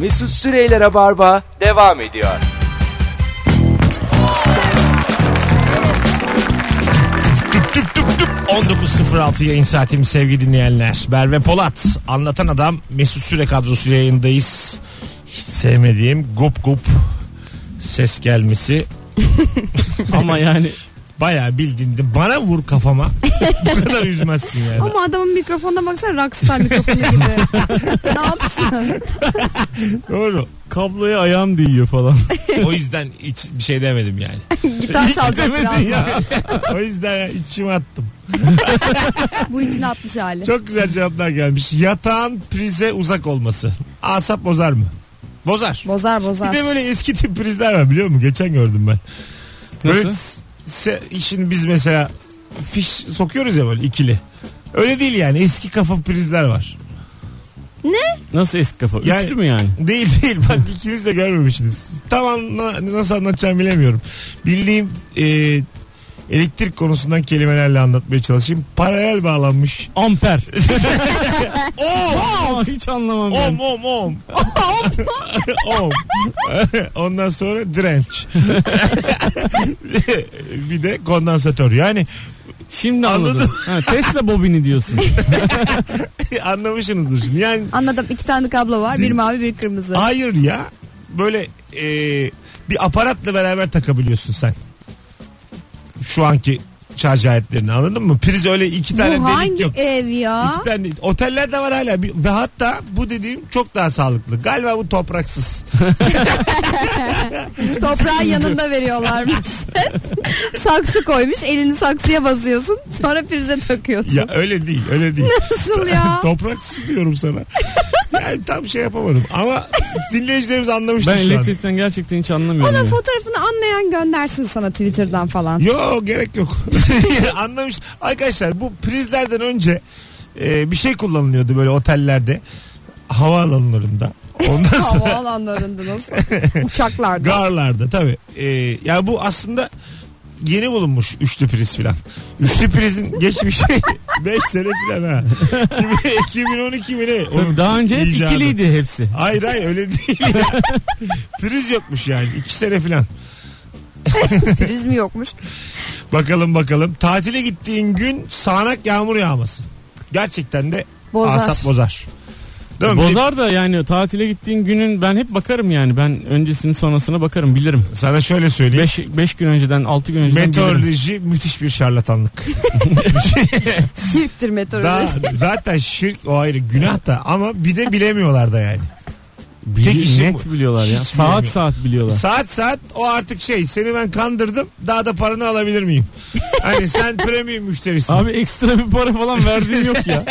Mesut Süreyler'e barba devam ediyor. Tüp tüp tüp tüp. 19.06 yayın saatimiz sevgili dinleyenler. Merve Polat anlatan adam Mesut Süre kadrosu yayındayız. Hiç sevmediğim gup gup ses gelmesi Ama yani bayağı bildiğinde bana vur kafama. Bu kadar üzmezsin yani. Ama adamın mikrofonda baksana rockstar mikrofonu gibi. ne yapsın? Doğru. kabloya ayağım değiyor falan. O yüzden hiç bir şey demedim yani. Gitar çalacak Demedin biraz. ya. O yüzden içime attım. Bu içine atmış hali. Çok güzel cevaplar gelmiş. Yatağın prize uzak olması. Asap bozar mı? Bozar. Bozar bozar. Bir de böyle eski tip prizler var biliyor musun? Geçen gördüm ben. Böyle Nasıl? se- işin biz mesela fiş sokuyoruz ya böyle ikili. Öyle değil yani eski kafa prizler var. Nasıl eski kafa? Yani- Üçlü mü yani? Değil değil bak ikiniz de görmemişsiniz. Tam anla- nasıl anlatacağımı bilemiyorum. Bildiğim e, elektrik konusundan kelimelerle anlatmaya çalışayım. Paralel bağlanmış. Amper. Oo! Aa, hiç anlamam ben. Om om om. om. Ondan sonra direnç. bir de kondansatör. Yani Şimdi anladım. Ha, Tesla bobini diyorsun. anlamışsınızdır şimdi. Yani Anladım. İki tane kablo var. Bir mavi bir kırmızı. hayır ya böyle e, bir aparatla beraber takabiliyorsun sen. Şu anki şarj aletlerini anladın mı? Priz öyle iki tane Bu delik hangi yok. ev ya? İki tane değil. Otellerde var hala. Bir- Ve hatta bu dediğim çok daha sağlıklı. Galiba bu topraksız. Toprağın yanında veriyorlarmış. Saksı koymuş. Elini saksıya basıyorsun. Sonra prize takıyorsun. ya öyle değil öyle değil. Nasıl ya? Topraksız diyorum sana. Yani tam şey yapamadım ama dinleyicilerimiz anlamıştır ben şu an. elektrikten gerçekten hiç anlamıyorum. Onun ya. fotoğrafını anlayan göndersin sana Twitter'dan falan. Yo gerek yok. Anlamış. Arkadaşlar bu prizlerden önce e, bir şey kullanılıyordu böyle otellerde. Havaalanlarında. Ondan sonra Havaalanlarında nasıl? Uçaklarda. garlarda tabii. E, ya bu aslında yeni bulunmuş üçlü priz filan. Üçlü prizin geçmişi 5 sene filan ha. 2012 mi ne? Onun Daha önce hep icadı. ikiliydi hepsi. Hayır hayır öyle değil ya. Priz yokmuş yani. iki sene filan. Priz mi yokmuş? Bakalım bakalım. Tatile gittiğin gün sağanak yağmur yağması. Gerçekten de Bozar. asap bozar. Değil mi? Bozar da yani tatile gittiğin günün ben hep bakarım yani. Ben öncesini sonrasına bakarım bilirim. Sana şöyle söyleyeyim. 5 5 gün önceden 6 gün önceden bilirim. Meteoroloji müthiş bir şarlatanlık. Şirktir Daha, meteoroloji. zaten şirk o ayrı günah da ama bir de bilemiyorlar da yani. Bili- Tek işim net bu. biliyorlar ya. Hiç Saat bilmiyorum. saat biliyorlar. Saat saat o artık şey seni ben kandırdım daha da paranı alabilir miyim? hani sen premium müşterisin. Abi ekstra bir para falan verdiğim yok ya.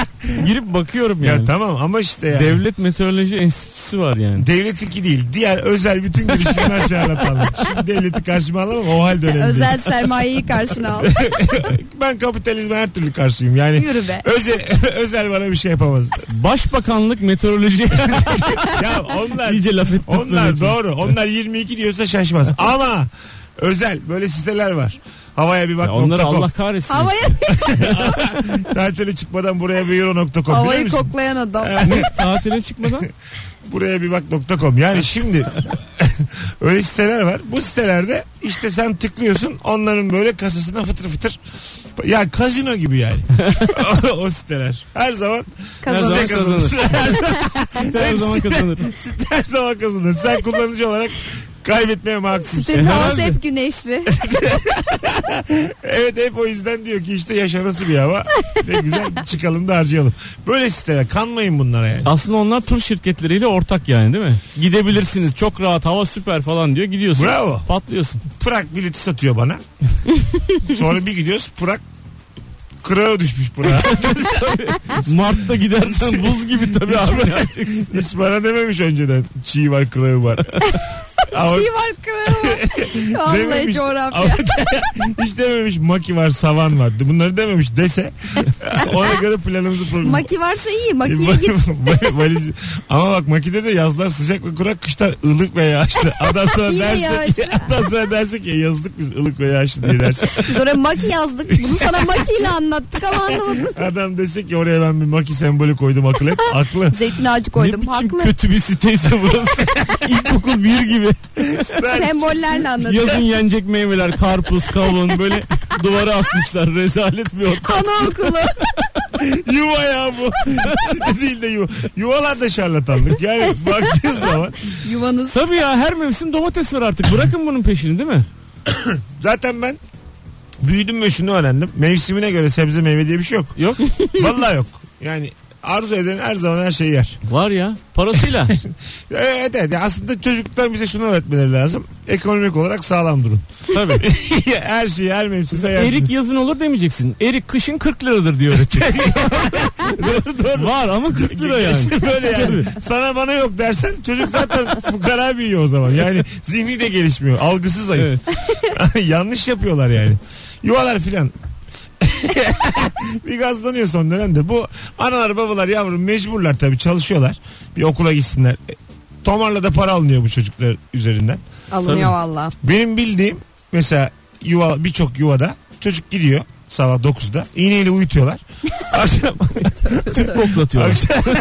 Girip bakıyorum ya yani. tamam ama işte yani. Devlet Meteoroloji Enstitüsü var yani. Devletinki değil. Diğer özel bütün girişimler şarlatanlık. Şimdi devleti karşıma alamam o hal döneminde. Özel sermayeyi karşına al. ben kapitalizme her türlü karşıyım. Yani Yürü be. özel, özel bana bir şey yapamaz. Başbakanlık Meteoroloji ya onlar iyice laf ettik. onlar doğru. Onlar 22 diyorsa şaşmaz. Ama özel böyle siteler var. Havaya bir bak. Onları nokta com. Allah kahretsin. Havaya, Tatile çıkmadan buraya bir euro nokta com. Biliyor havayı musun? koklayan adam. Ne? Tatile çıkmadan buraya bir bak nokta com. Yani şimdi öyle siteler var. Bu sitelerde işte sen tıklıyorsun onların böyle kasasına fıtır fıtır. Ya kazino gibi yani. o, o siteler. Her zaman her zaman Kazanır. kazanır. her zaman Site her zaman kazanır. her zaman kazanır. Sen kullanıcı olarak kaybetmeye mahkumsun. Sitenin havası Herhalde. hep güneşli. Evet hep o yüzden diyor ki işte yaşanası bir hava. Ne güzel çıkalım da harcayalım. Böyle siteler kanmayın bunlara yani. Aslında onlar tur şirketleriyle ortak yani değil mi? Gidebilirsiniz çok rahat hava süper falan diyor gidiyorsun. Bravo. Patlıyorsun. Pırak bileti satıyor bana. Sonra bir gidiyoruz Pırak kırağı düşmüş Pırak. Mart'ta gidersen buz gibi tabii abi. ne yapacaksın? Hiç bana dememiş önceden. Çiğ var kırağı var. Ama- Şey var kralı var. Vallahi Dememiş. coğrafya. Ama Hiç dememiş maki var savan var. Bunları dememiş dese ona göre planımızı programı. Maki varsa iyi. Makiye git. Valiz- Ama bak makide de yazlar sıcak ve kurak kışlar ılık ve yağışlı. Adam sonra Yine derse, yağışlı. adam sonra derse ki yazdık biz ılık ve yağışlı diye derse. Biz oraya maki yazdık. Bunu sana makiyle anlattık ama anlamadın. Adam dese ki oraya ben bir maki sembolü koydum akıl et. Aklı. Zeytin ağacı ne koydum. biçim Haklı. kötü bir siteyse burası. İlkokul bir gibi. Ben Sembollerle anlattık. Yazın yenecek meyveler karpuz, kavun böyle duvara asmışlar. Rezalet bir ortam. Anaokulu. yuva ya bu. Site değil de yuva. Yuvalar da şarlatanlık. Yani baktığın zaman Yuvanız. Tabii ya her mevsim domates var artık. Bırakın bunun peşini değil mi? zaten ben büyüdüm ve şunu öğrendim. Mevsimine göre sebze meyve diye bir şey yok. Yok. Vallahi yok. Yani arzu eden her zaman her şeyi yer. Var ya. Parasıyla. Evet evet. E, Aslında çocuktan bize şunu öğretmeleri lazım. Ekonomik olarak sağlam durun. Tabii. her şeyi her mevsimde yersiniz. Erik yazın olur demeyeceksin. Erik kışın 40 liradır diyor öğreteceksin. Var ama 40 lira yani. Kesin böyle yani. Sana bana yok dersen çocuk zaten fukara büyüyor o zaman. Yani zihni de gelişmiyor. Algısı zayıf. Yanlış yapıyorlar yani. Yuvalar filan. bir gazlanıyor son dönemde. Bu analar babalar yavrum mecburlar tabii çalışıyorlar. Bir okula gitsinler. E, Tomarla da para alınıyor bu çocuklar üzerinden. Alınıyor valla. Benim bildiğim mesela yuva birçok yuvada çocuk gidiyor sabah 9'da iğneyle uyutuyorlar. Akşam Tüp koklatıyorlar. Akşam.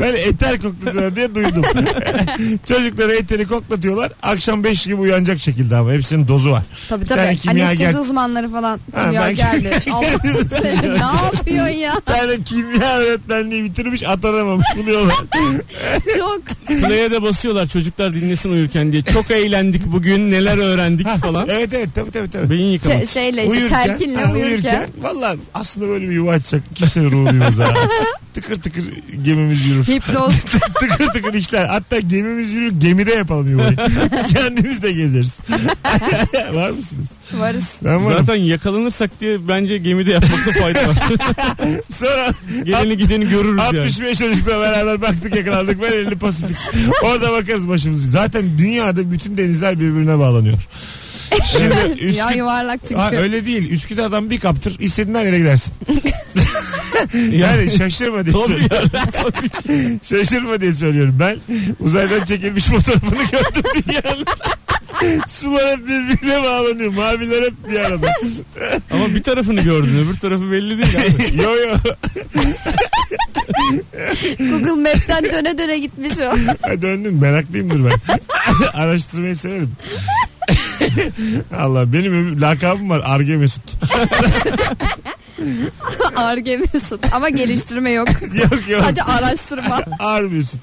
ben eter koklatıyorlar diye duydum. Çocuklara eteri koklatıyorlar. Akşam 5 gibi uyanacak şekilde ama hepsinin dozu var. Tabii Bir tane tabii. kimya Anestezi gel- uzmanları falan. Ha, Kimya ben- geldi. Allah'ım seni ne yapıyorsun ya? Yani kimya öğretmenliği bitirmiş atanamamış buluyorlar. Çok. Play'e de basıyorlar çocuklar dinlesin uyurken diye. Çok eğlendik bugün neler öğrendik falan. evet evet tabii tabii tabii. Beyin yıkamak. Te- şeyle işte şey, telkinle ha, uyurken. Valla aslında böyle bir yuva açsak kimsenin ruhu duymaz ha. tıkır tıkır gemimiz yürür. Hipnoz. tıkır tıkır işler. Hatta gemimiz yürür gemide yapalım yuvayı. Kendimiz de gezeriz. Var mısınız? Varız. Ben varım. Zaten yakalanırsak diye bence gemide yapmakta fayda var. Sonra Geleni gideni görürüz yani. 65 çocukla beraber baktık yakalandık. Ben elini Pasifik. Orada bakarız başımızı. Zaten dünyada bütün denizler birbirine bağlanıyor. Şimdi Ya Üsküdar... yuvarlak çünkü. Ha, öyle değil. Üsküdar'dan bir kaptır. istediğin her yere gidersin. Yani Yani şaşırma diye, Tabii söylüyorum. ya. Tabii. şaşırma diye söylüyorum. Ben uzaydan çekilmiş fotoğrafını gördüm dünyanın. Sular hep birbirine bağlanıyor. Maviler hep bir arada. Ama bir tarafını gördün öbür tarafı belli değil. Abi. yo yo. Google Map'ten döne döne gitmiş o. Ha, Döndüm meraklıyımdır ben. Araştırmayı severim. Allah benim öbür- lakabım var Arge Mesut. Arge Mesut. Ama geliştirme yok. yok yok Sadece araştırma. Ar Mesut.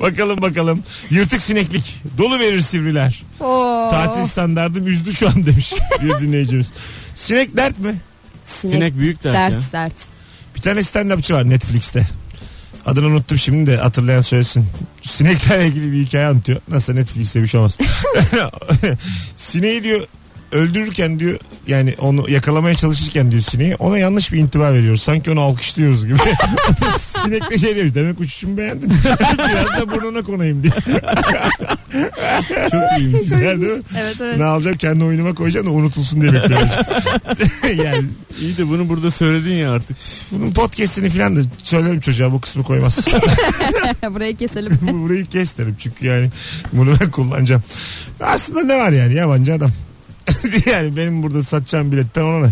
bakalım bakalım. Yırtık sineklik. Dolu verir sivriler. Oo. Tatil standardım üzdü şu an demiş bir dinleyicimiz. Sinek dert mi? Sinek, Sinek büyük dert, ya. dert dert. Bir tane stand-upçı var Netflix'te. Adını unuttum şimdi de hatırlayan söylesin. Sineklerle ilgili bir hikaye anlatıyor. Nasıl Netflix'te bir şey olmaz. Sineği diyor öldürürken diyor yani onu yakalamaya çalışırken diyor sineği ona yanlış bir intiba veriyoruz. Sanki onu alkışlıyoruz gibi. Sinek de şey demiş demek uçuşumu beğendin. Biraz da burnuna konayım diye. Çok iyiymiş. Güzel değil mi? Evet evet. Ne alacağım kendi oyunuma koyacağım da unutulsun diye bekliyorum. yani İyi de bunu burada söyledin ya artık. bunun podcastini falan da söylerim çocuğa bu kısmı koymaz. Burayı keselim. Bu- Burayı kes derim çünkü yani bunu ben kullanacağım. Aslında ne var yani yabancı adam. yani benim burada satacağım biletten ona ne?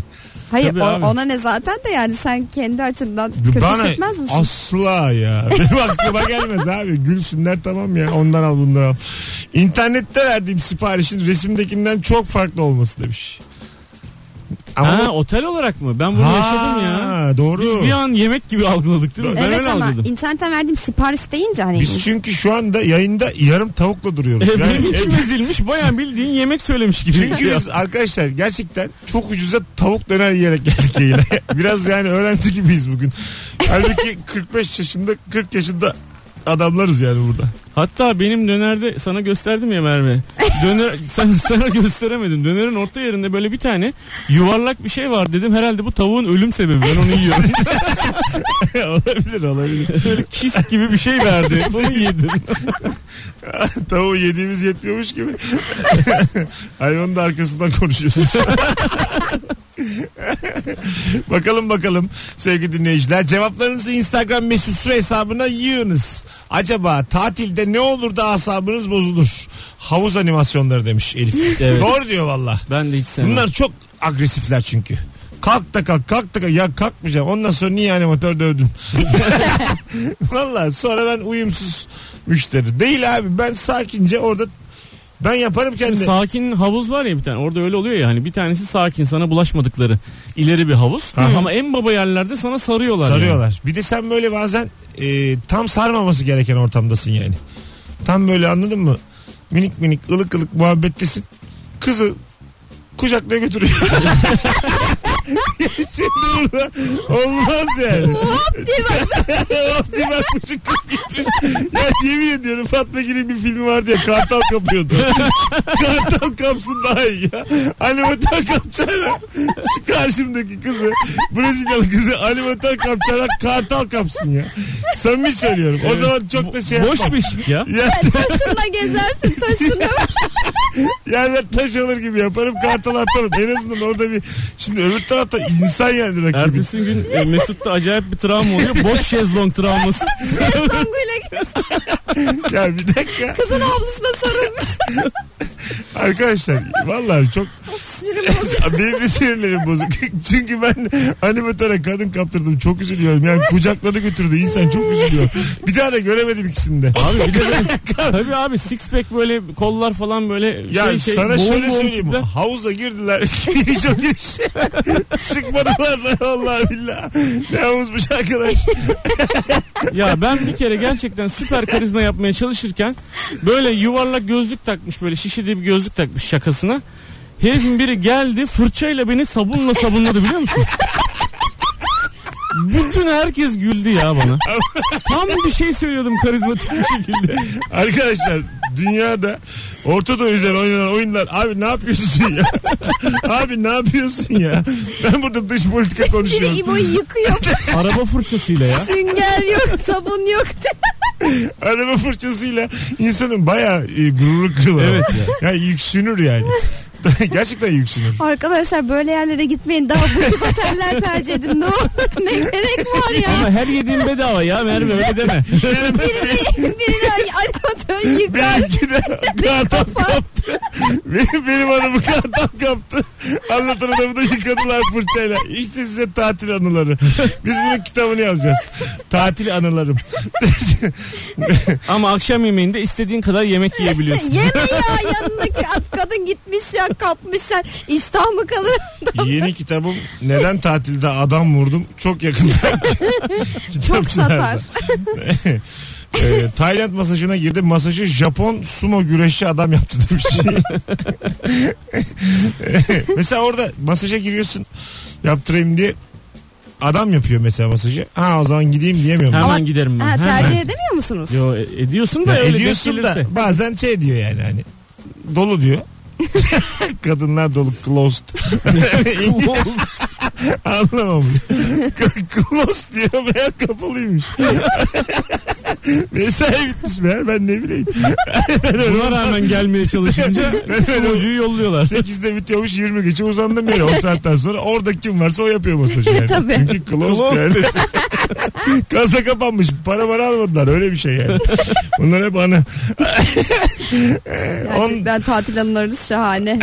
Hayır Tabii o- abi. ona ne zaten de yani sen kendi açından kötü Bana hissetmez misin? asla ya. Benim aklıma gelmez abi. Gülsünler tamam ya. Ondan al bundan al. İnternette verdiğim siparişin resimdekinden çok farklı olması demiş. Ama ha bu- otel olarak mı? Ben bunu Ha, yaşadım ya. Doğru. Biz bir an yemek gibi algıladık değil mi? ben evet öyle ama algıladım. internetten verdiğim sipariş deyince hani Biz çünkü şu anda yayında yarım tavukla duruyoruz. E, Yani- benim için ezilmiş bayan bildiğin yemek söylemiş gibi. Çünkü biz arkadaşlar gerçekten çok ucuza tavuk döner yiyerek geldik yayına. Biraz yani öğrenci gibiyiz bugün. Halbuki 45 yaşında 40 yaşında adamlarız yani burada. Hatta benim dönerde sana gösterdim ya Merve. Döner sana, sana gösteremedim. Dönerin orta yerinde böyle bir tane yuvarlak bir şey var dedim. Herhalde bu tavuğun ölüm sebebi. Ben onu yiyorum. olabilir olabilir. Böyle kist gibi bir şey verdi. Bunu yedim. Tavuğu yediğimiz yetmiyormuş gibi. Hayvanın da arkasından konuşuyoruz. bakalım bakalım sevgili dinleyiciler. Cevaplarınızı Instagram mesut süre hesabına yığınız. Acaba tatilde ne olur da asabınız bozulur? Havuz animasyonları demiş Elif. Evet. Doğru diyor valla. Ben de hiç sevmem. Bunlar çok agresifler çünkü. Kalk da kalk kalk da kalk. Ya kalkmayacağım. Ondan sonra niye animatör dövdün? Valla sonra ben uyumsuz müşteri. Değil abi ben sakince orada ben yaparım Şimdi kendi. sakin havuz var ya bir tane. Orada öyle oluyor ya hani bir tanesi sakin sana bulaşmadıkları ileri bir havuz. Ama en baba yerlerde sana sarıyorlar. yani. Sarıyorlar. Bir de sen böyle bazen e, tam sarmaması gereken ortamdasın yani. Tam böyle anladın mı? Minik minik ılık ılık muhabbettesin. Kızı kucakla götürüyor. Şimdi burada olmaz yani. Hop diye bak. Hop diye bakmışım kız gitmiş. Ya yemin ediyorum Fatma Gül'ün bir filmi vardı ya kartal kapıyordu. kartal kapsın daha iyi ya. Animatör kapçayla şu karşımdaki kızı Brezilyalı kızı animatör kapçayla kartal kapsın ya. Samimi söylüyorum. O zaman çok da şey Bo- yapmam. Boş bir şey ya. Ya, Taşınla gezersin taşını. yerden taş alır gibi yaparım kartal atarım. En azından orada bir şimdi öbür tarafta insan yani rakibin. Ertesi gün e, Mesut'ta acayip bir travma oluyor. Boş şezlong travması. Tanguyla gez- Ya bir dakika kızın avlusuna sarılmış. arkadaşlar vallahi çok Sinirim Benim de sinirlerim bozuk. Çünkü ben animatöre kadın kaptırdım. Çok üzülüyorum. Yani kucakladı götürdü. İnsan çok üzülüyor. Bir daha da göremedim ikisini de. Abi bir de böyle, tabii abi six pack böyle kollar falan böyle Ya şey şey. sana boğum şöyle boğum söyleyeyim. tipler. Havuza girdiler. çok iş. Çıkmadılar da vallahi billahi. Ne havuzmuş arkadaş. Ya ben bir kere gerçekten süper karizma yapmaya çalışırken böyle yuvarlak gözlük takmış böyle şişe diye bir gözlük takmış şakasına. Herifin biri geldi fırçayla beni sabunla sabunladı biliyor musun? Bütün herkes güldü ya bana. Tam bir şey söylüyordum karizmatik bir şekilde. Arkadaşlar dünyada ortada üzerine oynanan oyunlar abi ne yapıyorsun ya? abi ne yapıyorsun ya? Ben burada dış politika Biri konuşuyorum. İbo'yu yıkıyor. Araba fırçasıyla ya. Sünger yok, sabun yok. Araba fırçasıyla insanın bayağı e, gururu kırılır. Evet ya. yüksünür yani. Gerçekten yüksünür. Arkadaşlar böyle yerlere gitmeyin. Daha butik oteller tercih edin. Ne olur ne gerek var ya. Ama her yediğin bedava ya Merve öyle deme. Birini, birini animatör yıkar. Benimki de kartal kaptı. Benim, benim hanımı kartal kaptı. Anlatan adamı da yıkadılar fırçayla. İşte size tatil anıları. Biz bunun kitabını yazacağız. Tatil anılarım. Ama akşam yemeğinde istediğin kadar yemek yiyebiliyorsun. Yeme ya yanındaki kadın gitmiş ya kapmışlar. İştah mı kalır? Yeni kitabım Neden Tatilde Adam Vurdum çok yakında. Çok Kitapçılarda. satar. Ee, Tayland masajına girdi. Masajı Japon sumo güreşçi adam yaptı demiş. Ee, mesela orada masaja giriyorsun yaptırayım diye adam yapıyor mesela masajı. Ha o zaman gideyim diyemiyorum. Hemen Ama- giderim ben. Ha, Hemen. tercih edemiyor musunuz? Yo e- ediyorsun da Ya öyle ediyorsun da da. bazen şey diyor yani hani dolu diyor. Kadınlar dolu closed. Anlamam. Closed diyor meğer kapalıymış. Mesai bitmiş meğer ben ne bileyim. Buna rağmen gelmeye çalışınca Ben öyle- sunucuyu yolluyorlar. 8'de bitiyormuş 20 geçe uzandım böyle 10 saatten sonra. Orada kim varsa o yapıyor masajı yani. Tabii. Çünkü closed, Closed. yani. Kasa kapanmış. Para para almadılar öyle bir şey yani. Bunlar hep ana. On, Gerçekten tatil anılarınız şahane.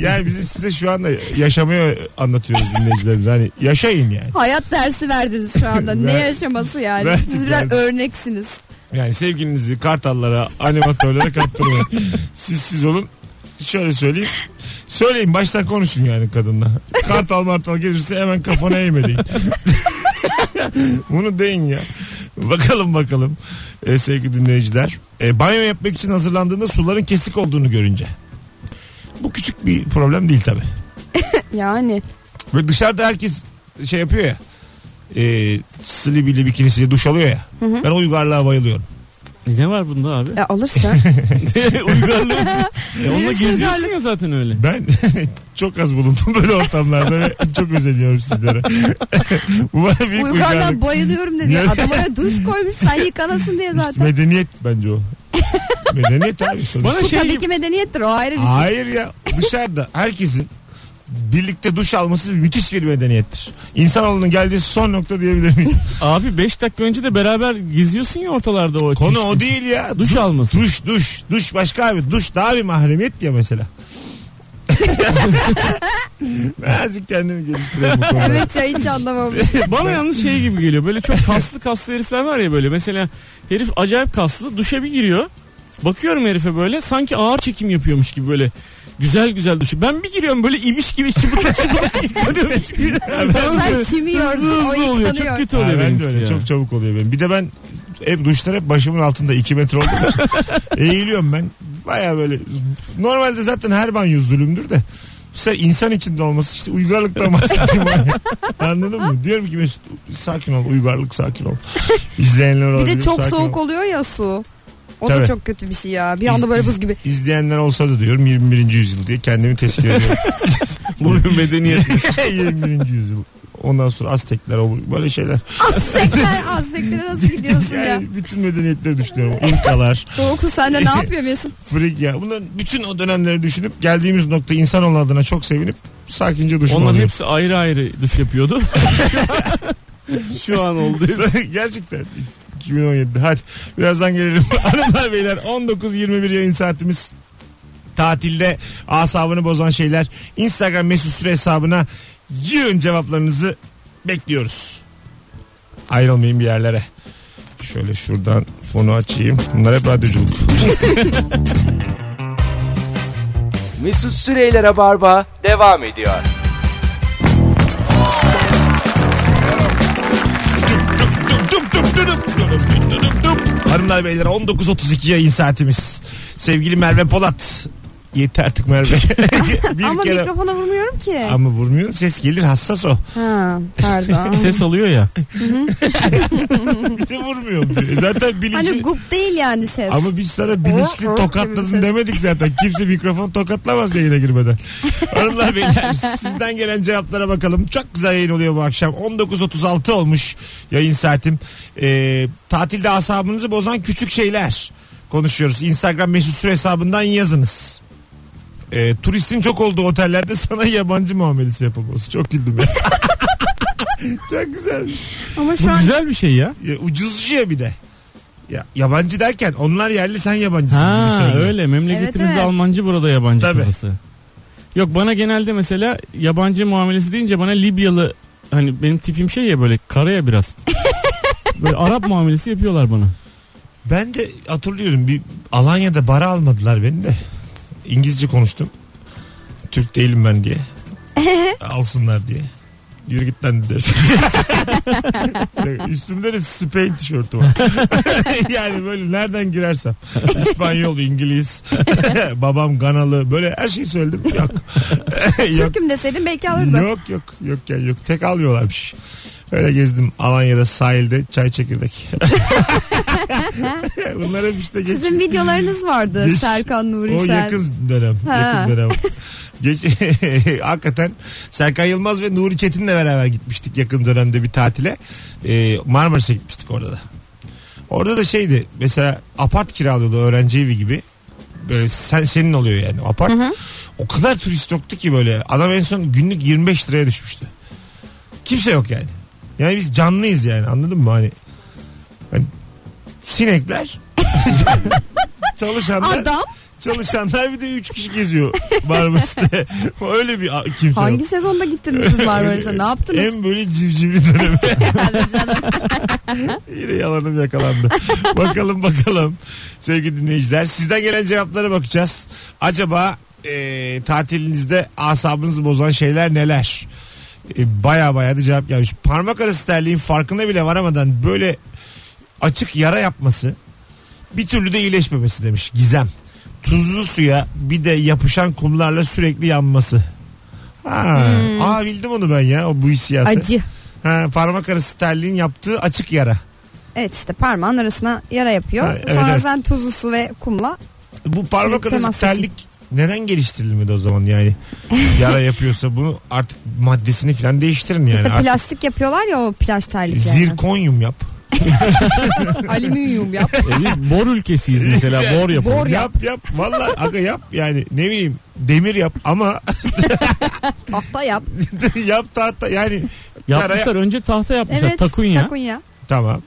yani bizi size şu anda yaşamayı anlatıyoruz dinleyicilerimiz. Hani yaşayın yani. Hayat dersi verdiniz şu anda. Ne Ver- yaşaması yani? verdik, Siz birer verdik. örneksiniz. Yani sevgilinizi kartallara, animatörlere kaptırmayın. Siz siz olun. Şöyle söyleyeyim. Söyleyin baştan konuşun yani kadınla. Kartal martal gelirse hemen kafana eğme deyin. Bunu deyin ya. Bakalım bakalım e, sevgili dinleyiciler. E, banyo yapmak için hazırlandığında suların kesik olduğunu görünce. Bu küçük bir problem değil tabi. Yani Böyle dışarıda herkes şey yapıyor ya. E, slibili bikinisiyle duş alıyor ya. Ben o uygarlığa bayılıyorum. E ne var bunda abi? E, olursa. Uygarlık. E onunla Neresi geziyorsun uygarlık? ya zaten öyle. Ben çok az bulundum böyle ortamlarda ve çok özeniyorum sizlere. Bu bana büyük Uygardan uygarlık. bayılıyorum dedi. Ne? Adam oraya duş koymuş sen yıkanasın diye zaten. Medeniyet bence o. Medeniyet abi sonuçta. Bana Bu şey tabii ki medeniyettir o ayrı bir şey. Hayır ya dışarıda herkesin birlikte duş alması müthiş bir medeniyettir. İnsanoğlunun geldiği son nokta diyebilir miyiz? abi 5 dakika önce de beraber geziyorsun ya ortalarda o. Konu çeşitli- o değil ya. Duş Du- alması. Duş duş duş başka abi duş daha bir mahremiyet ya mesela. Birazcık kendimi geliştireyim bu konuda. Evet ya hiç anlamamış. Bana yalnız şey gibi geliyor. Böyle çok kaslı kaslı herifler var ya böyle. Mesela herif acayip kaslı. Duşa bir giriyor. Bakıyorum herife böyle. Sanki ağır çekim yapıyormuş gibi böyle. Güzel güzel duşu. Ben bir giriyorum böyle ibiş gibi çıbık çıbık yıkanıyorum. Sen kimi Hızlı yiyorsun o hızlı oluyor. Çok yıkanıyor. kötü Ha, oluyor ben de benimkisi öyle. ya. Çok çabuk oluyor benim. Bir de ben hep duşlar hep başımın altında 2 metre olduğu için eğiliyorum ben. Baya böyle normalde zaten her banyo zulümdür de. Bu sefer insan içinde olması işte uygarlıktan bahsediyorum. Anladın mı? Diyorum ki Mesut sakin ol uygarlık sakin ol. İzleyenler Bir olabilir de çok sakin soğuk ol. oluyor ya su. O Tabii. da çok kötü bir şey ya. Bir anda böyle buz gibi. İzleyenler olsa da diyorum 21. yüzyıl diye kendimi tezkir ediyorum. Bu bir medeniyet. 21. yüzyıl. Ondan sonra Aztekler o böyle şeyler. Aztekler Azteklere nasıl gidiyorsun ya? Yani bütün medeniyetleri düşünüyorum. İnkalar, Soğuk su sende ne yapıyor Mesut? Frigya. Bunların bütün o dönemleri düşünüp geldiğimiz nokta insan olan adına çok sevinip sakince duşumu Onların alıyorum. hepsi ayrı ayrı duş yapıyordu. Şu an oldu. Gerçekten. 2017'de. Hadi birazdan gelelim. Hanımlar beyler 19.21 yayın saatimiz. Tatilde asabını bozan şeyler. Instagram mesut süre hesabına yığın cevaplarınızı bekliyoruz. Ayrılmayın bir yerlere. Şöyle şuradan fonu açayım. Bunlar hep radyoculuk. Mesut Süreyler'e barba devam ediyor. Hanımlar beyler 19.32 yayın saatimiz. Sevgili Merve Polat. Yeter artık Merve. bir Ama kere... mikrofona vurmuyorum ki. Ama vurmuyor. Ses gelir hassas o. Ha, pardon. Ses alıyor ya. Bir de vurmuyor. Zaten bilinçli. Hani gup değil yani ses. Ama biz sana bilinçli Hı hı gibi bir tokatladın ses. demedik zaten. Kimse mikrofon tokatlamaz yayına girmeden. Hanımlar beyler sizden gelen cevaplara bakalım. Çok güzel yayın oluyor bu akşam. 19.36 olmuş yayın saatim. Ee, tatilde asabınızı bozan küçük şeyler konuşuyoruz. Instagram mesut süre hesabından yazınız. Ee, turistin çok olduğu otellerde sana yabancı muamelesi yapılması. Çok güldüm ya. çok güzelmiş. Ama şu Bu an güzel bir şey ya. Ya, E, ucuzcu ya bir de. Ya, yabancı derken onlar yerli sen yabancısın. gibi Ha söylüyor. öyle memleketimizde Evet, evet. Almancı burada yabancı Tabii. kafası. Yok bana genelde mesela yabancı muamelesi deyince bana Libyalı hani benim tipim şey ya böyle karaya biraz. böyle Arap muamelesi yapıyorlar bana. Ben de hatırlıyorum bir Alanya'da bara almadılar beni de. İngilizce konuştum. Türk değilim ben diye. Alsınlar diye. Yürü git lan dediler. Üstümde de Spain tişörtü var. yani böyle nereden girersem. İspanyol, İngiliz, babam Ganalı böyle her şeyi söyledim. Yok. yok. Türk'üm deseydin belki alırdın. Yok yok yok ya yok tek almıyorlarmış. Öyle gezdim Alanya'da sahilde çay çekirdek. Bunlar hep işte geç. Sizin videolarınız vardı Geç- Serkan Nuri o Sel. yakın dönem. Ha. Yakın dönem. Geç, hakikaten Serkan Yılmaz ve Nuri Çetin'le beraber gitmiştik yakın dönemde bir tatile. Ee, Marmaris'e gitmiştik orada da. Orada da şeydi mesela apart kiralıyordu öğrenci evi gibi. Böyle sen, senin oluyor yani apart. O kadar turist yoktu ki böyle. Adam en son günlük 25 liraya düşmüştü. Kimse yok yani. Yani biz canlıyız yani anladın mı? Hani, hani sinekler çalışanlar Adam çalışanlar bir de 3 kişi geziyor Marmaris'te. Öyle bir a- kimse yok. hangi sezonda gittiniz siz Marmaris'e ne yaptınız? En böyle civcivli dönemi. Herhalde canım. Yine yalanım yakalandı. bakalım bakalım sevgili dinleyiciler. Sizden gelen cevaplara bakacağız. Acaba e, tatilinizde asabınızı bozan şeyler neler? E, baya baya da cevap gelmiş. Parmak arası terliğin farkına bile varamadan böyle açık yara yapması bir türlü de iyileşmemesi demiş Gizem. Tuzlu suya bir de yapışan kumlarla sürekli yanması. Ha, aa bildim onu ben ya o bu hissiyatı. Hmm. Acı. Ha, parmak arası terliğin yaptığı açık yara. Evet işte parmağın arasına yara yapıyor. Ha, evet, Sonra evet. sen tuzlu su ve kumla. Bu parmak Temas arası sesi. terlik neden geliştirilmedi o zaman yani? Yara yapıyorsa bunu artık maddesini falan değiştirin yani. İşte Artık plastik yapıyorlar ya o plaj terliklerden. zirkonyum yap. Alüminyum yap. E biz bor ülkesiyiz mesela bor yapalım. yap. Yap Valla aga yap yani ne bileyim demir yap ama Tahta yap. yap tahta yani Yapmışlar önce tahta yapmışlar Evet. takunya. Takunya. tamam.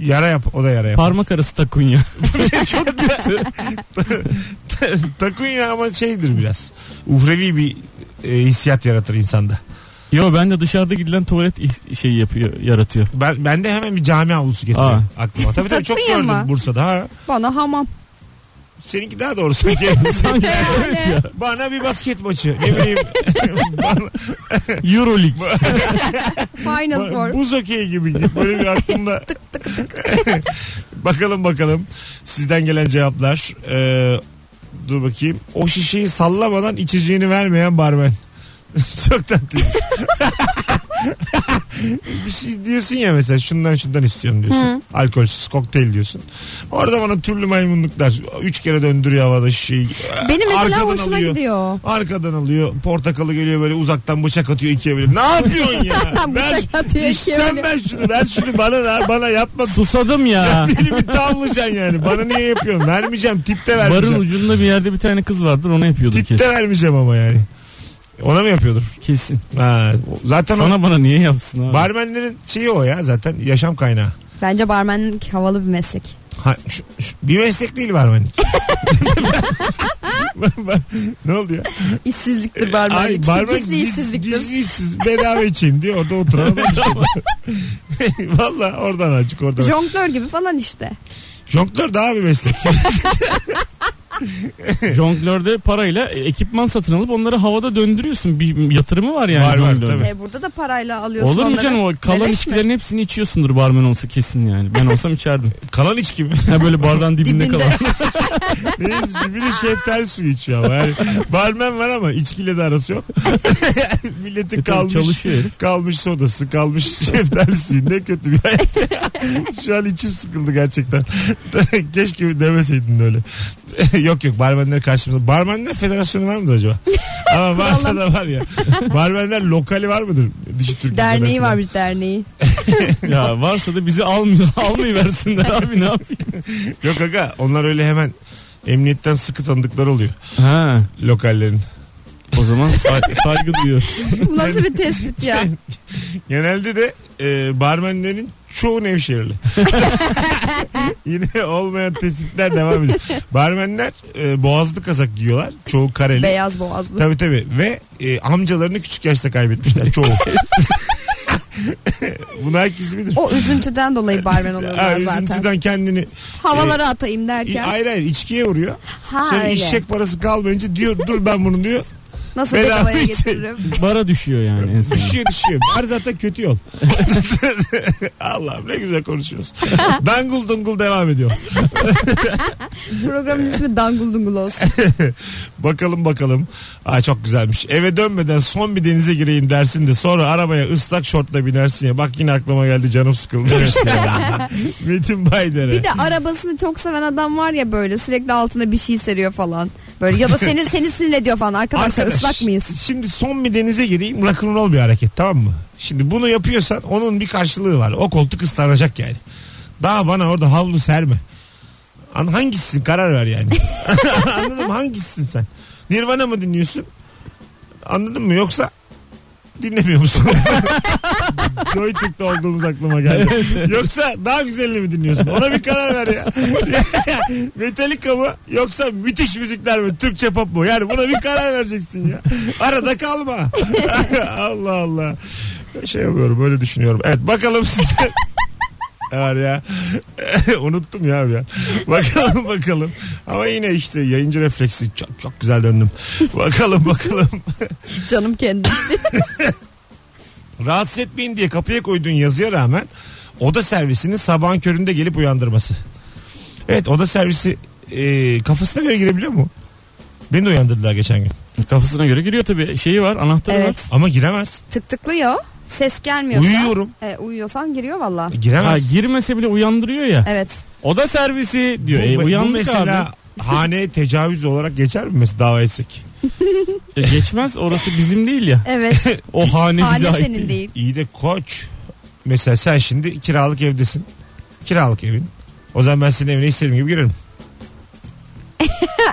Yara yap o da yara yap. Parmak arası takunya. Takunya ama şeydir biraz. Uhrevi bir e, hissiyat yaratır insanda. Yo ben de dışarıda gidilen tuvalet ih- şeyi yapıyor yaratıyor. Ben, ben de hemen bir cami havlusu getiriyor Aa. aklıma. Tabii tabii çok Takunya gördüm mı? Bursa'da. Ha. Bana hamam. Seninki daha doğru sanki. Sanki evet ya. Bana bir basket maçı. Ne bileyim. Bana- Euroleague. Final Ba- Four. Buz hokeyi gibi. Böyle bir aklımda. bakalım bakalım. Sizden gelen cevaplar. Ee, dur bakayım. O şişeyi sallamadan içeceğini vermeyen barmen. Çok tatlı. bir şey diyorsun ya mesela şundan şundan istiyorum diyorsun. Alkolsüz kokteyl diyorsun. Orada bana türlü maymunluklar. Üç kere döndürüyor havada şişeyi. Benim mesela Arkadan hoşuma alıyor. gidiyor. Arkadan alıyor. Portakalı geliyor böyle uzaktan bıçak atıyor ikiye böyle. Ne yapıyorsun ya? ver, Bıçak atıyor ikiye İçsem böyle. ben şunu. Ver şunu bana ver. Bana yapma. Susadım ya. Beni bir tavlayacaksın yani. Bana niye yapıyorsun? Vermeyeceğim. Tipte Barın vermeyeceğim. ucunda bir yerde bir tane kız vardır onu yapıyordu kesin. Tipte vermeyeceğim ama yani. Ona mı yapıyordur? Kesin. Ha, o- zaten o, Sana bana niye yapsın abi? barmenlerin şeyi o ya zaten yaşam kaynağı. Bence barmenlik havalı bir meslek. Ha, şu- şu- bir meslek değil barmenlik. ne oldu ya? İşsizliktir barmenlik. barmen Gizli giz- işsizliktir. Gizli işsiz. Bedava içeyim diye orada oturan. Valla oradan açık oradan. Jonglör gibi falan işte. Jonglör daha bir meslek. Jonglörde parayla e, ekipman satın alıp onları havada döndürüyorsun. Bir yatırımı var Var, yani var, jonglörde. tabii. E, burada da parayla alıyorsun Olur mu onları. canım o kalan Beleş mi? içkilerin hepsini içiyorsundur barmen olsa kesin yani. Ben olsam içerdim. Kalan içki mi? Ha böyle bardan dibinde Dibinde. kalan. Deniz gibi de şeftali suyu içiyor ama. Yani barmen var ama içkiyle de arası yok. Milletin E, tabii kalmış çalışıyor herif. kalmış sodası, kalmış şeftali suyu. Ne kötü bir hayat. Şu an içim sıkıldı gerçekten. Keşke demeseydin öyle. yok yok barmenler karşımızda. Barmenler federasyonu var mıdır acaba? ama varsa da var ya. Barmenler lokali var mıdır? Dişi Türkiye'de Derneği mesela. varmış derneği. Ya varsa da bizi almıyor. Almayı versinler abi ne yapayım? Yok aga onlar öyle hemen emniyetten sıkı tanıdıkları oluyor Ha lokallerin. o zaman say- saygı duyuyoruz. Bu nasıl bir tespit ya? Genelde de e, barmenlerin çoğu Nevşehirli. Yine olmayan tespitler devam ediyor. Barmenler e, boğazlı kazak giyiyorlar. Çoğu kareli. Beyaz boğazlı. Tabii tabii. Ve e, amcalarını küçük yaşta kaybetmişler çoğu. Bunu herkes bilir. O üzüntüden dolayı barmen Ha, oluyorlar zaten. üzüntüden kendini Havalara atayım e, derken. hayır hayır içkiye vuruyor. Ha Sonra öyle. işek parası kalmayınca diyor dur ben bunu diyor. Nasıl bedava bedavaya içecek. getiririm? Bara düşüyor yani en son. Düşüyor düşüyor. Var zaten kötü yol. Allah'ım ne güzel konuşuyoruz. Dangul dungul devam ediyor. Programın ismi Dangul Dungul olsun. Bakalım bakalım. Aa, çok güzelmiş. Eve dönmeden son bir denize gireyim dersin de sonra arabaya ıslak şortla binersin ya. Bak yine aklıma geldi canım sıkıldı. Metin Bayder'e. Bir de arabasını çok seven adam var ya böyle sürekli altına bir şey seriyor falan. Böyle ya da seni seni sinir ediyor falan. Arkadaşlar Arkadaş, ıslak mıyız? Şimdi son bir denize gireyim rock'n'roll bir hareket tamam mı? Şimdi bunu yapıyorsan onun bir karşılığı var. O koltuk ıslanacak yani. Daha bana orada havlu serme. An hangisisin karar ver yani. Anladım hangisisin sen? Nirvana mı dinliyorsun? Anladın mı yoksa dinlemiyor musun? Joytürk'te olduğumuz aklıma geldi. Yoksa daha güzelini mi dinliyorsun? Ona bir karar ver ya. Metallica mı yoksa müthiş müzikler mi? Türkçe pop mu? Yani buna bir karar vereceksin ya. Arada kalma. Allah Allah. Şey yapıyorum böyle düşünüyorum. Evet bakalım size. Ne var ya. Unuttum ya ya. Bakalım bakalım. Ama yine işte yayıncı refleksi çok çok güzel döndüm. Bakalım bakalım. Canım kendim. Rahatsız etmeyin diye kapıya koyduğun yazıya rağmen oda servisinin sabahın köründe gelip uyandırması. Evet oda servisi e, kafasına göre girebiliyor mu? Beni de uyandırdılar geçen gün. Kafasına göre giriyor tabii. Şeyi var anahtarı var. Evet. Ama giremez. Tık tıklıyor. Ses gelmiyorsa. Uyuyorum. E, uyuyorsan giriyor valla. E, Giremez. Ha, girmese bile uyandırıyor ya. Evet. O da servisi diyor. E, bu, bu uyandık mesela abi. haneye tecavüz olarak geçer mi mesela dava etsek? E, geçmez orası bizim değil ya. Evet. O hane bize Hane ait senin değil. İyi de koç. Mesela sen şimdi kiralık evdesin. Kiralık evin. O zaman ben senin evine istediğim gibi girerim.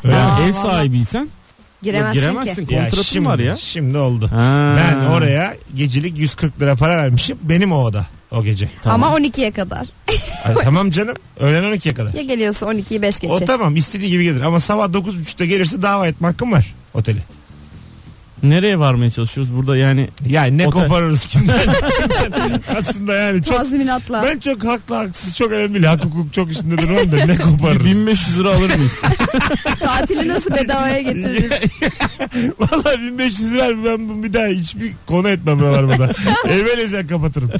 Öyle mi? Ya, Aa, vallahi. ev sahibiysen Giremezsin, giremezsin. ki. Ya Kontratın şimdi- var ya. Şimdi oldu. Ha. Ben oraya gecelik 140 lira para vermişim. Benim o oda o gece. Tamam. Ama 12'ye kadar. Ay, tamam canım. Öğlen 12'ye kadar. Ya geliyorsa 12'yi 5 O geçe. tamam istediği gibi gelir ama sabah 9.30'da gelirse dava etme hakkım var oteli. Nereye varmaya çalışıyoruz burada yani? Yani ne Otel. koparırız kimden? Aslında yani çok Tazminatla. ben çok haklı haksız çok önemli değil. Hak hukuk çok üstünde duran da ne koparırız? 1500 lira alır mıyız? Tatili nasıl bedavaya getiririz? Valla 1500 ver ben bunu bir daha hiçbir konu etmem ravarmada. Evvelezden kapatırım.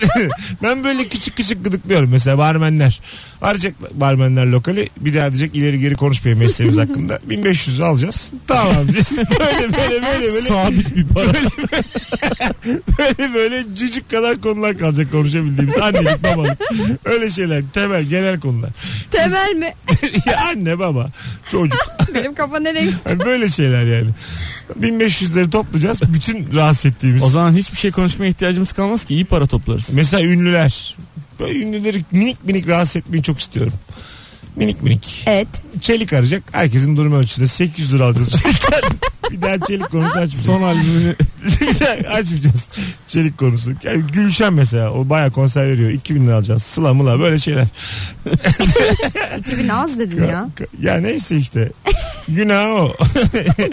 ben böyle küçük küçük gıdıklıyorum mesela barmenler. Arayacak barmenler lokali bir daha diyecek ileri geri konuşmayın mesleğimiz hakkında. 1500 alacağız. Tamam diyeceğiz. Böyle böyle böyle böyle. Sabit bir para. böyle böyle cücük kadar konular kalacak konuşabildiğimiz. Annelik babalık. Öyle şeyler temel genel konular. Temel mi? ya anne baba çocuk. Benim kafa nereye gitti? Hani böyle şeyler yani. 1500 lira toplayacağız. Bütün rahatsız ettiğimiz. O zaman hiçbir şey konuşmaya ihtiyacımız kalmaz ki iyi para toplarız. Mesela ünlüler. Böyle ünlüleri minik minik rahatsız etmeyi çok istiyorum. Minik minik. Evet. Çelik arayacak. Herkesin durum ölçüsünde 800 lira alacağız. Çelikten. bir daha çelik konusu açmayacağız. Son albümünü Bir daha açmayacağız. Çelik konusu. Yani Gülşen mesela o baya konser veriyor. 2000 lira alacağız. Sıla mıla böyle şeyler. 2000 az dedin ya. Ya neyse işte. Günah o.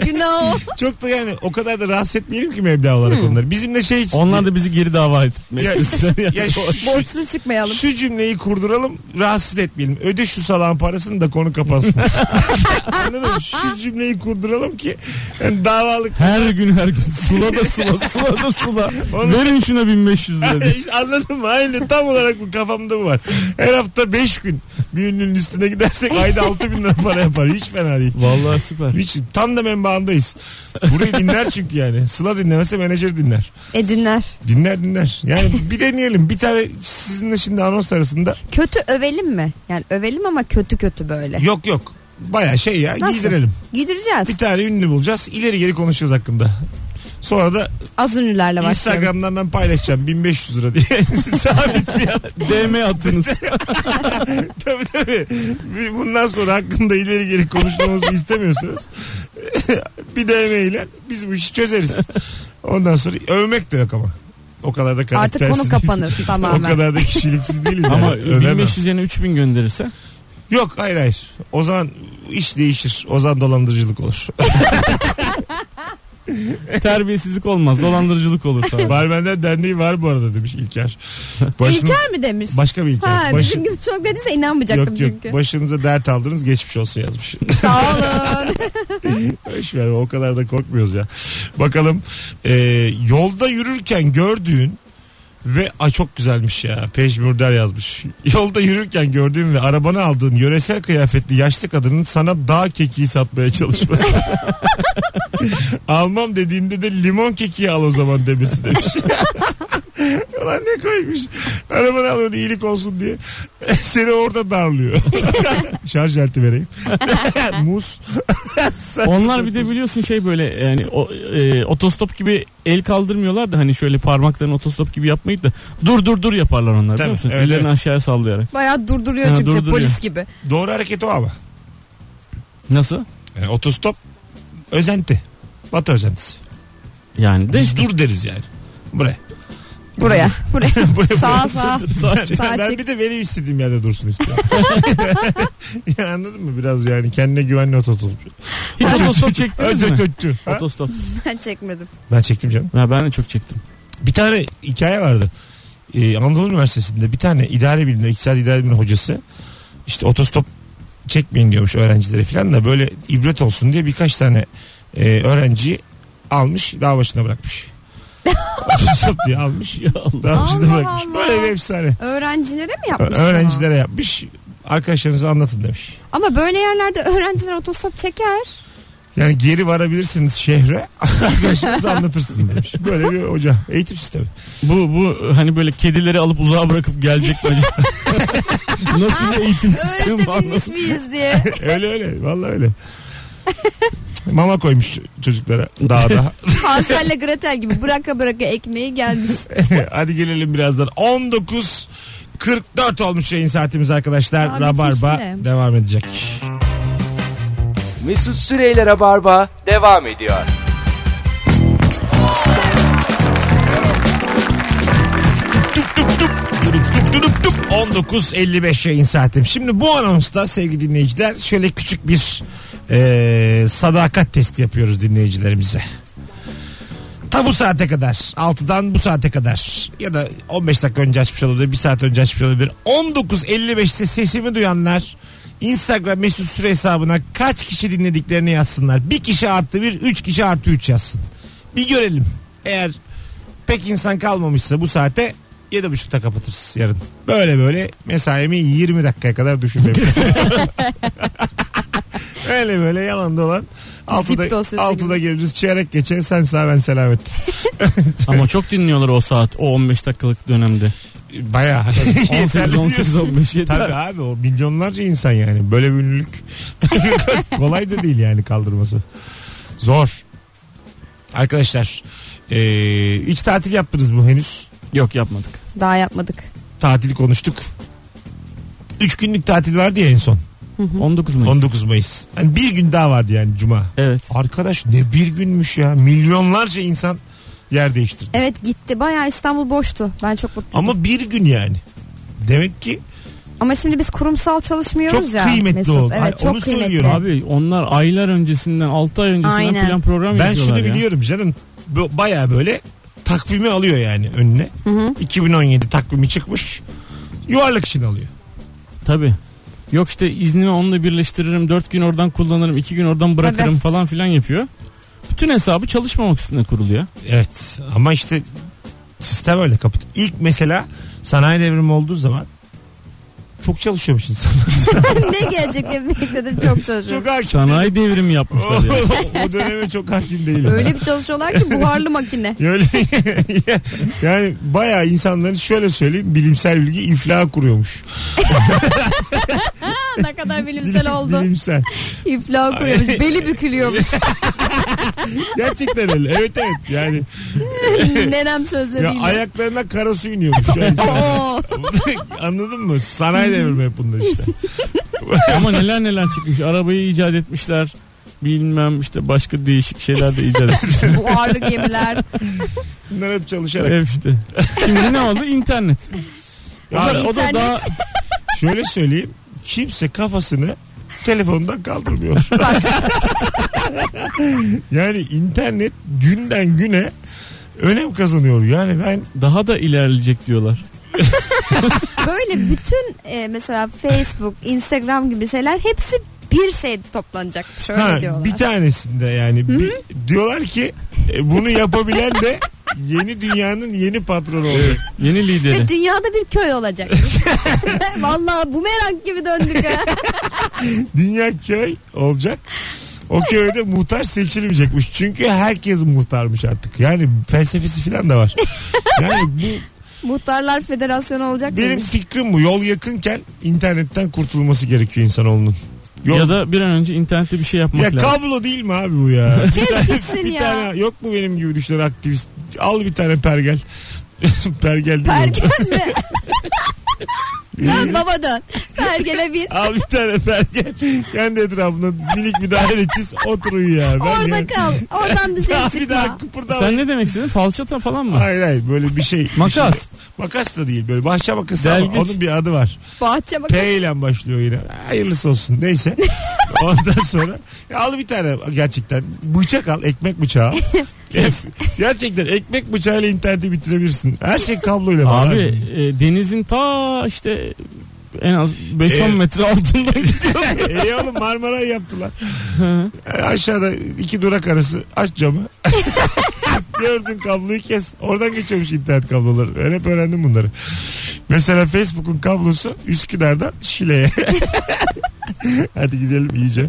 Günah o. Çok da yani o kadar da rahatsız etmeyelim ki meblağ olarak onları. Bizimle şey için. onlar da bizi geri dava etmek Ya- ister yani. ya şu, şu, Borçlu çıkmayalım. şu cümleyi kurduralım rahatsız etmeyelim. Öde şu salağın parasını da konu kapansın. Anladın mı? Şu cümleyi kurduralım ki yani davalık. Her gün her gün sula da sula sula da sula. Oğlum- Verin şuna 1500 lira. diye. İşte Anladın mı? Aynı tam olarak bu kafamda bu var. Her hafta 5 gün bir ünlünün üstüne gidersek ayda 6 bin lira para yapar. Hiç fena değil. Vallahi süper. Hiç, tam da menbaındayız. Burayı dinler çünkü yani. Sıla dinlemese menajer dinler. E dinler. Dinler dinler. Yani bir deneyelim. Bir tane sizinle şimdi anons arasında. Kötü övelim mi? Yani övelim ama kötü kötü böyle. Yok yok. Baya şey ya Nasıl? giydirelim. Gidireceğiz. Bir tane ünlü bulacağız. İleri geri konuşacağız hakkında. Sonra da Az ünlülerle başlayalım. Instagram'dan ben paylaşacağım 1500 lira diye. Sabit fiyat. DM atınız. Tabii tabii. Bir- Bundan sonra hakkında ileri geri konuşmamızı istemiyorsunuz. bir DM ile biz bu işi çözeriz. Ondan sonra övmek de yok ama. O kadar da Artık karaktersiz konu değiliz. kapanır O tamamen. kadar da kişiliksiz değiliz. Ama yani. Övemem. 1500 yerine 3000 gönderirse. Yok hayır hayır. O zaman iş değişir. O zaman dolandırıcılık olur. Terbiyesizlik olmaz. Dolandırıcılık olur tabii. Barmenler Derneği var bu arada demiş İlker. İlker mi demiş? Başka bir İlker. ha, Başı- bizim gibi çok dediyse inanmayacaktım yok yok. çünkü. Başınıza dert aldınız geçmiş olsun yazmış. Sağ olun. Hiç ver o kadar da korkmuyoruz ya. Bakalım e, yolda yürürken gördüğün ve a çok güzelmiş ya Pejmürder yazmış. Yolda yürürken gördüğün ve arabana aldığın yöresel kıyafetli yaşlı kadının sana dağ kekiği satmaya çalışması. Almam dediğinde de limon kekiği al o zaman demesi demiş. Ulan ne koymuş. Arabana alıyorsun iyilik olsun diye. Seni orada darlıyor. Şarj aleti vereyim. Muz. Onlar bir de biliyorsun şey böyle yani o, e, otostop gibi el kaldırmıyorlar da hani şöyle parmaklarını otostop gibi yapmayıp da dur dur dur yaparlar onlar Tabii, biliyor musun? evet, Ellerini evet. aşağıya sallayarak. Bayağı durduruyor Ha, çünkü durduruyor. polis gibi. Doğru hareket o ama. Nasıl? Yani otostop özenti. Batı özentisi. Yani de Biz işte. dur deriz yani. Buraya. Buraya. Buraya. buraya, sağa sağa. Sağ çek. Sağ ben çek. bir de benim istediğim yerde dursun istiyorum. ya anladın mı? Biraz yani kendine güvenli otostopçu. Hiç otostop çektiniz mi? Otostopçu. Ha? Otostop. Ben çekmedim. Ben çektim canım. Ha, ben de çok çektim. Bir tane hikaye vardı. Ee, Anadolu Üniversitesi'nde bir tane idare bilimi, iktisat idare bilimi hocası işte otostop çekmeyin diyormuş öğrencilere falan da böyle ibret olsun diye birkaç tane e, öğrenci almış dağ başına bırakmış. otostop diye almış. Ya Allah. Dağ başına Allah bırakmış. Allah. Böyle bir efsane. Öğrencilere mi Ö- yapmış? bunu? Öğrencilere yapmış. Arkadaşlarınıza anlatın demiş. Ama böyle yerlerde öğrenciler otostop çeker. Yani geri varabilirsiniz şehre. Arkadaşınız anlatırsınız demiş. Böyle bir hoca. Eğitim sistemi. Bu bu hani böyle kedileri alıp uzağa bırakıp gelecek mi? acaba? Nasıl bir eğitim sistemi var? Öğretebilmiş Nasıl- miyiz diye. öyle öyle. Vallahi öyle. Mama koymuş çocuklara dağda. Hansel'le Gretel gibi bıraka bıraka ekmeği gelmiş. Hadi gelelim birazdan. 19 44 olmuş yayın saatimiz arkadaşlar. Aa, Rabarba bitmiş mi? devam edecek. Mesut Süreyler'e barba devam ediyor. Tup tup tup. Durup tup durup tup. 19.55 yayın saatim. Şimdi bu anonsta sevgili dinleyiciler şöyle küçük bir e, sadakat testi yapıyoruz dinleyicilerimize. Ta bu saate kadar 6'dan bu saate kadar ya da 15 dakika önce açmış olabilir 1 saat önce açmış olabilir 19.55'te sesimi duyanlar Instagram mesut süre hesabına kaç kişi dinlediklerini yazsınlar. Bir kişi artı bir, üç kişi artı üç yazsın. Bir görelim. Eğer pek insan kalmamışsa bu saate yedi buçukta kapatırız yarın. Böyle böyle mesaimi 20 dakikaya kadar düşünmem. Öyle böyle yalan dolan. Zipto sesi Altıda, gibi. altıda geliriz çeyrek geçer sen sağ ben selamet. Ama çok dinliyorlar o saat o 15 dakikalık dönemde. Bayağı. 18 Yeterli 18 diyorsun. 15 yeter. Tabii abi o milyonlarca insan yani. Böyle bir ünlülük kolay da değil yani kaldırması. Zor. Arkadaşlar eee, hiç tatil yaptınız mı henüz? Yok yapmadık. Daha yapmadık. Tatil konuştuk. 3 günlük tatil vardı ya en son. 19 Mayıs. 19 Mayıs. Hani bir gün daha vardı yani cuma. Evet. Arkadaş ne bir günmüş ya. Milyonlarca insan yer değiştirdi. Evet gitti. Bayağı İstanbul boştu. Ben çok mutlu. Ama, Ama bir gün yani. Demek ki şimdi biz kurumsal çalışmıyoruz Çok ya. kıymetli Mesut. oldu. Ay, Evet, çok onu kıymetli. söylüyorum Evet. Abi onlar aylar öncesinden 6 ay öncesinden Aynen. plan program Ben yapıyorlar şunu ya. biliyorum canım. Bu- Baya böyle takvimi alıyor yani önüne. 2017 takvimi çıkmış. Yuvarlak için alıyor. Tabii. Yok işte iznimi onunla birleştiririm. 4 gün oradan kullanırım. 2 gün oradan bırakırım Tabii. falan filan yapıyor. Bütün hesabı çalışmamak üstüne kuruluyor. Evet ama işte sistem öyle kapat. İlk mesela sanayi devrimi olduğu zaman çok çalışıyormuş insanlar. ne gelecek diye bekledim çok çalışıyorum. çok hakim. Sanayi devrimi yapmışlar ya. o döneme çok hakim değilim. Öyle bir çalışıyorlar ki buharlı makine. Öyle. yani bayağı insanların şöyle söyleyeyim bilimsel bilgi iflah kuruyormuş. Ha, ne kadar bilimsel oldu. Bilimsel. İflah kuruyormuş. Beli bükülüyormuş. Gerçekten öyle. Evet evet. Yani Nenem ya sözleriyle. ayaklarına kara su iniyormuş. Yani Oo, Anladın mı? Sanayi devrimi hep bunlar işte. Oh. Ama neler neler çıkmış. Arabayı icat etmişler. Bilmem işte başka değişik şeyler de icat etmişler. buharlı gemiler. Bunlar hep çalışarak. Hep işte. Şimdi ne oldu? İnternet. Ya Ama o da internet- daha şöyle söyleyeyim. Kimse kafasını telefondan kaldırmıyor. yani internet günden güne önem kazanıyor. Yani ben daha da ilerleyecek diyorlar. Böyle bütün e, mesela Facebook, Instagram gibi şeyler hepsi bir şeyde toplanacak. Şöyle Ha, diyorlar. bir tanesinde yani bir- diyorlar ki e, bunu yapabilen de yeni dünyanın yeni patronu olacak. Yeni lideri. Ve dünyada bir köy olacak. Vallahi bumerang gibi döndük ha. Dünya köy olacak. O köyde muhtar seçilmeyecekmiş. Çünkü herkes muhtarmış artık. Yani felsefesi falan da var. Yani bu Muhtarlar Federasyonu olacak benim demiş. fikrim bu. Yol yakınken internetten kurtulması gerekiyor insanoğlunun. Yol, Ya ya da bir an önce internette bir şey yapmak ya lazım. kablo değil mi abi bu ya? Kes bir gitsin ya. tane yok mu benim gibi düşünen aktivist? Al bir tane pergel. pergel değil. mi? Pergel mi? Lan baba dön. Pergele bin. Al bir tane pergel. Kendi etrafına minik bir daire çiz. Otur uyu ya. Ben Orada yani- kal. Oradan Ya dışarı bir daha çıkma. kıpırdama. Sen ne demek istedin? Falçata falan mı? Hayır hayır böyle bir şey. bir Makas. şey- Makas da değil böyle bahçe makası ama Delgiç. onun bir adı var. Bahçe bak. P ile başlıyor yine. Hayırlısı olsun neyse. Ondan sonra ya al bir tane gerçekten bıçak al ekmek bıçağı. al. Yes. gerçekten ekmek bıçağıyla interneti bitirebilirsin. Her şey kabloyla bağlı. Abi e, denizin ta işte en az 5-10 Evet. metre altından gidiyor. e oğlum Marmara'yı yaptılar. E, Aşağıda iki durak arası aç camı. Gördün kabloyu kes. Oradan geçiyormuş internet kabloları. Ben hep öğrendim bunları. Mesela Facebook'un kablosu Üsküdar'dan Şile'ye. Hadi gidelim iyice.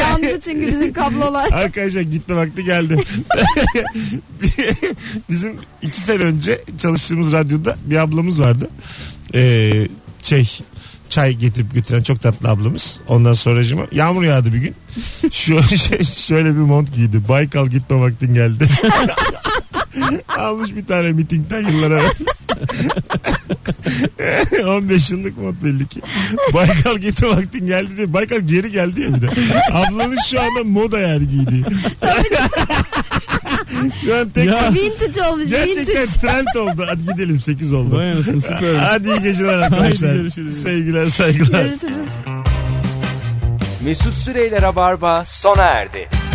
Yandı çünkü bizim kablolar. Arkadaşlar gitme vakti geldi. Bizim iki sene önce çalıştığımız radyoda bir ablamız vardı. Ee, şey çay getirip götüren çok tatlı ablamız. Ondan sonra yağmur yağdı bir gün. Şu, şey, şöyle bir mont giydi. Baykal gitme vaktin geldi. Almış bir tane mitingden yıllar evvel. 15 yıllık mont belli ki. Baykal gitti vaktin geldi diye. Baykal geri geldi ya bir de. Ablanın şu anda moda yani giydiği. şu an tek Ya. vintage olmuş Gerçekten vintage. trend oldu. Hadi gidelim 8 oldu. Vay anasını süper. Hadi iyi geceler arkadaşlar. Haydi görüşürüz. Sevgiler saygılar. Görürsünüz. Mesut Süreyler'e barba sona erdi.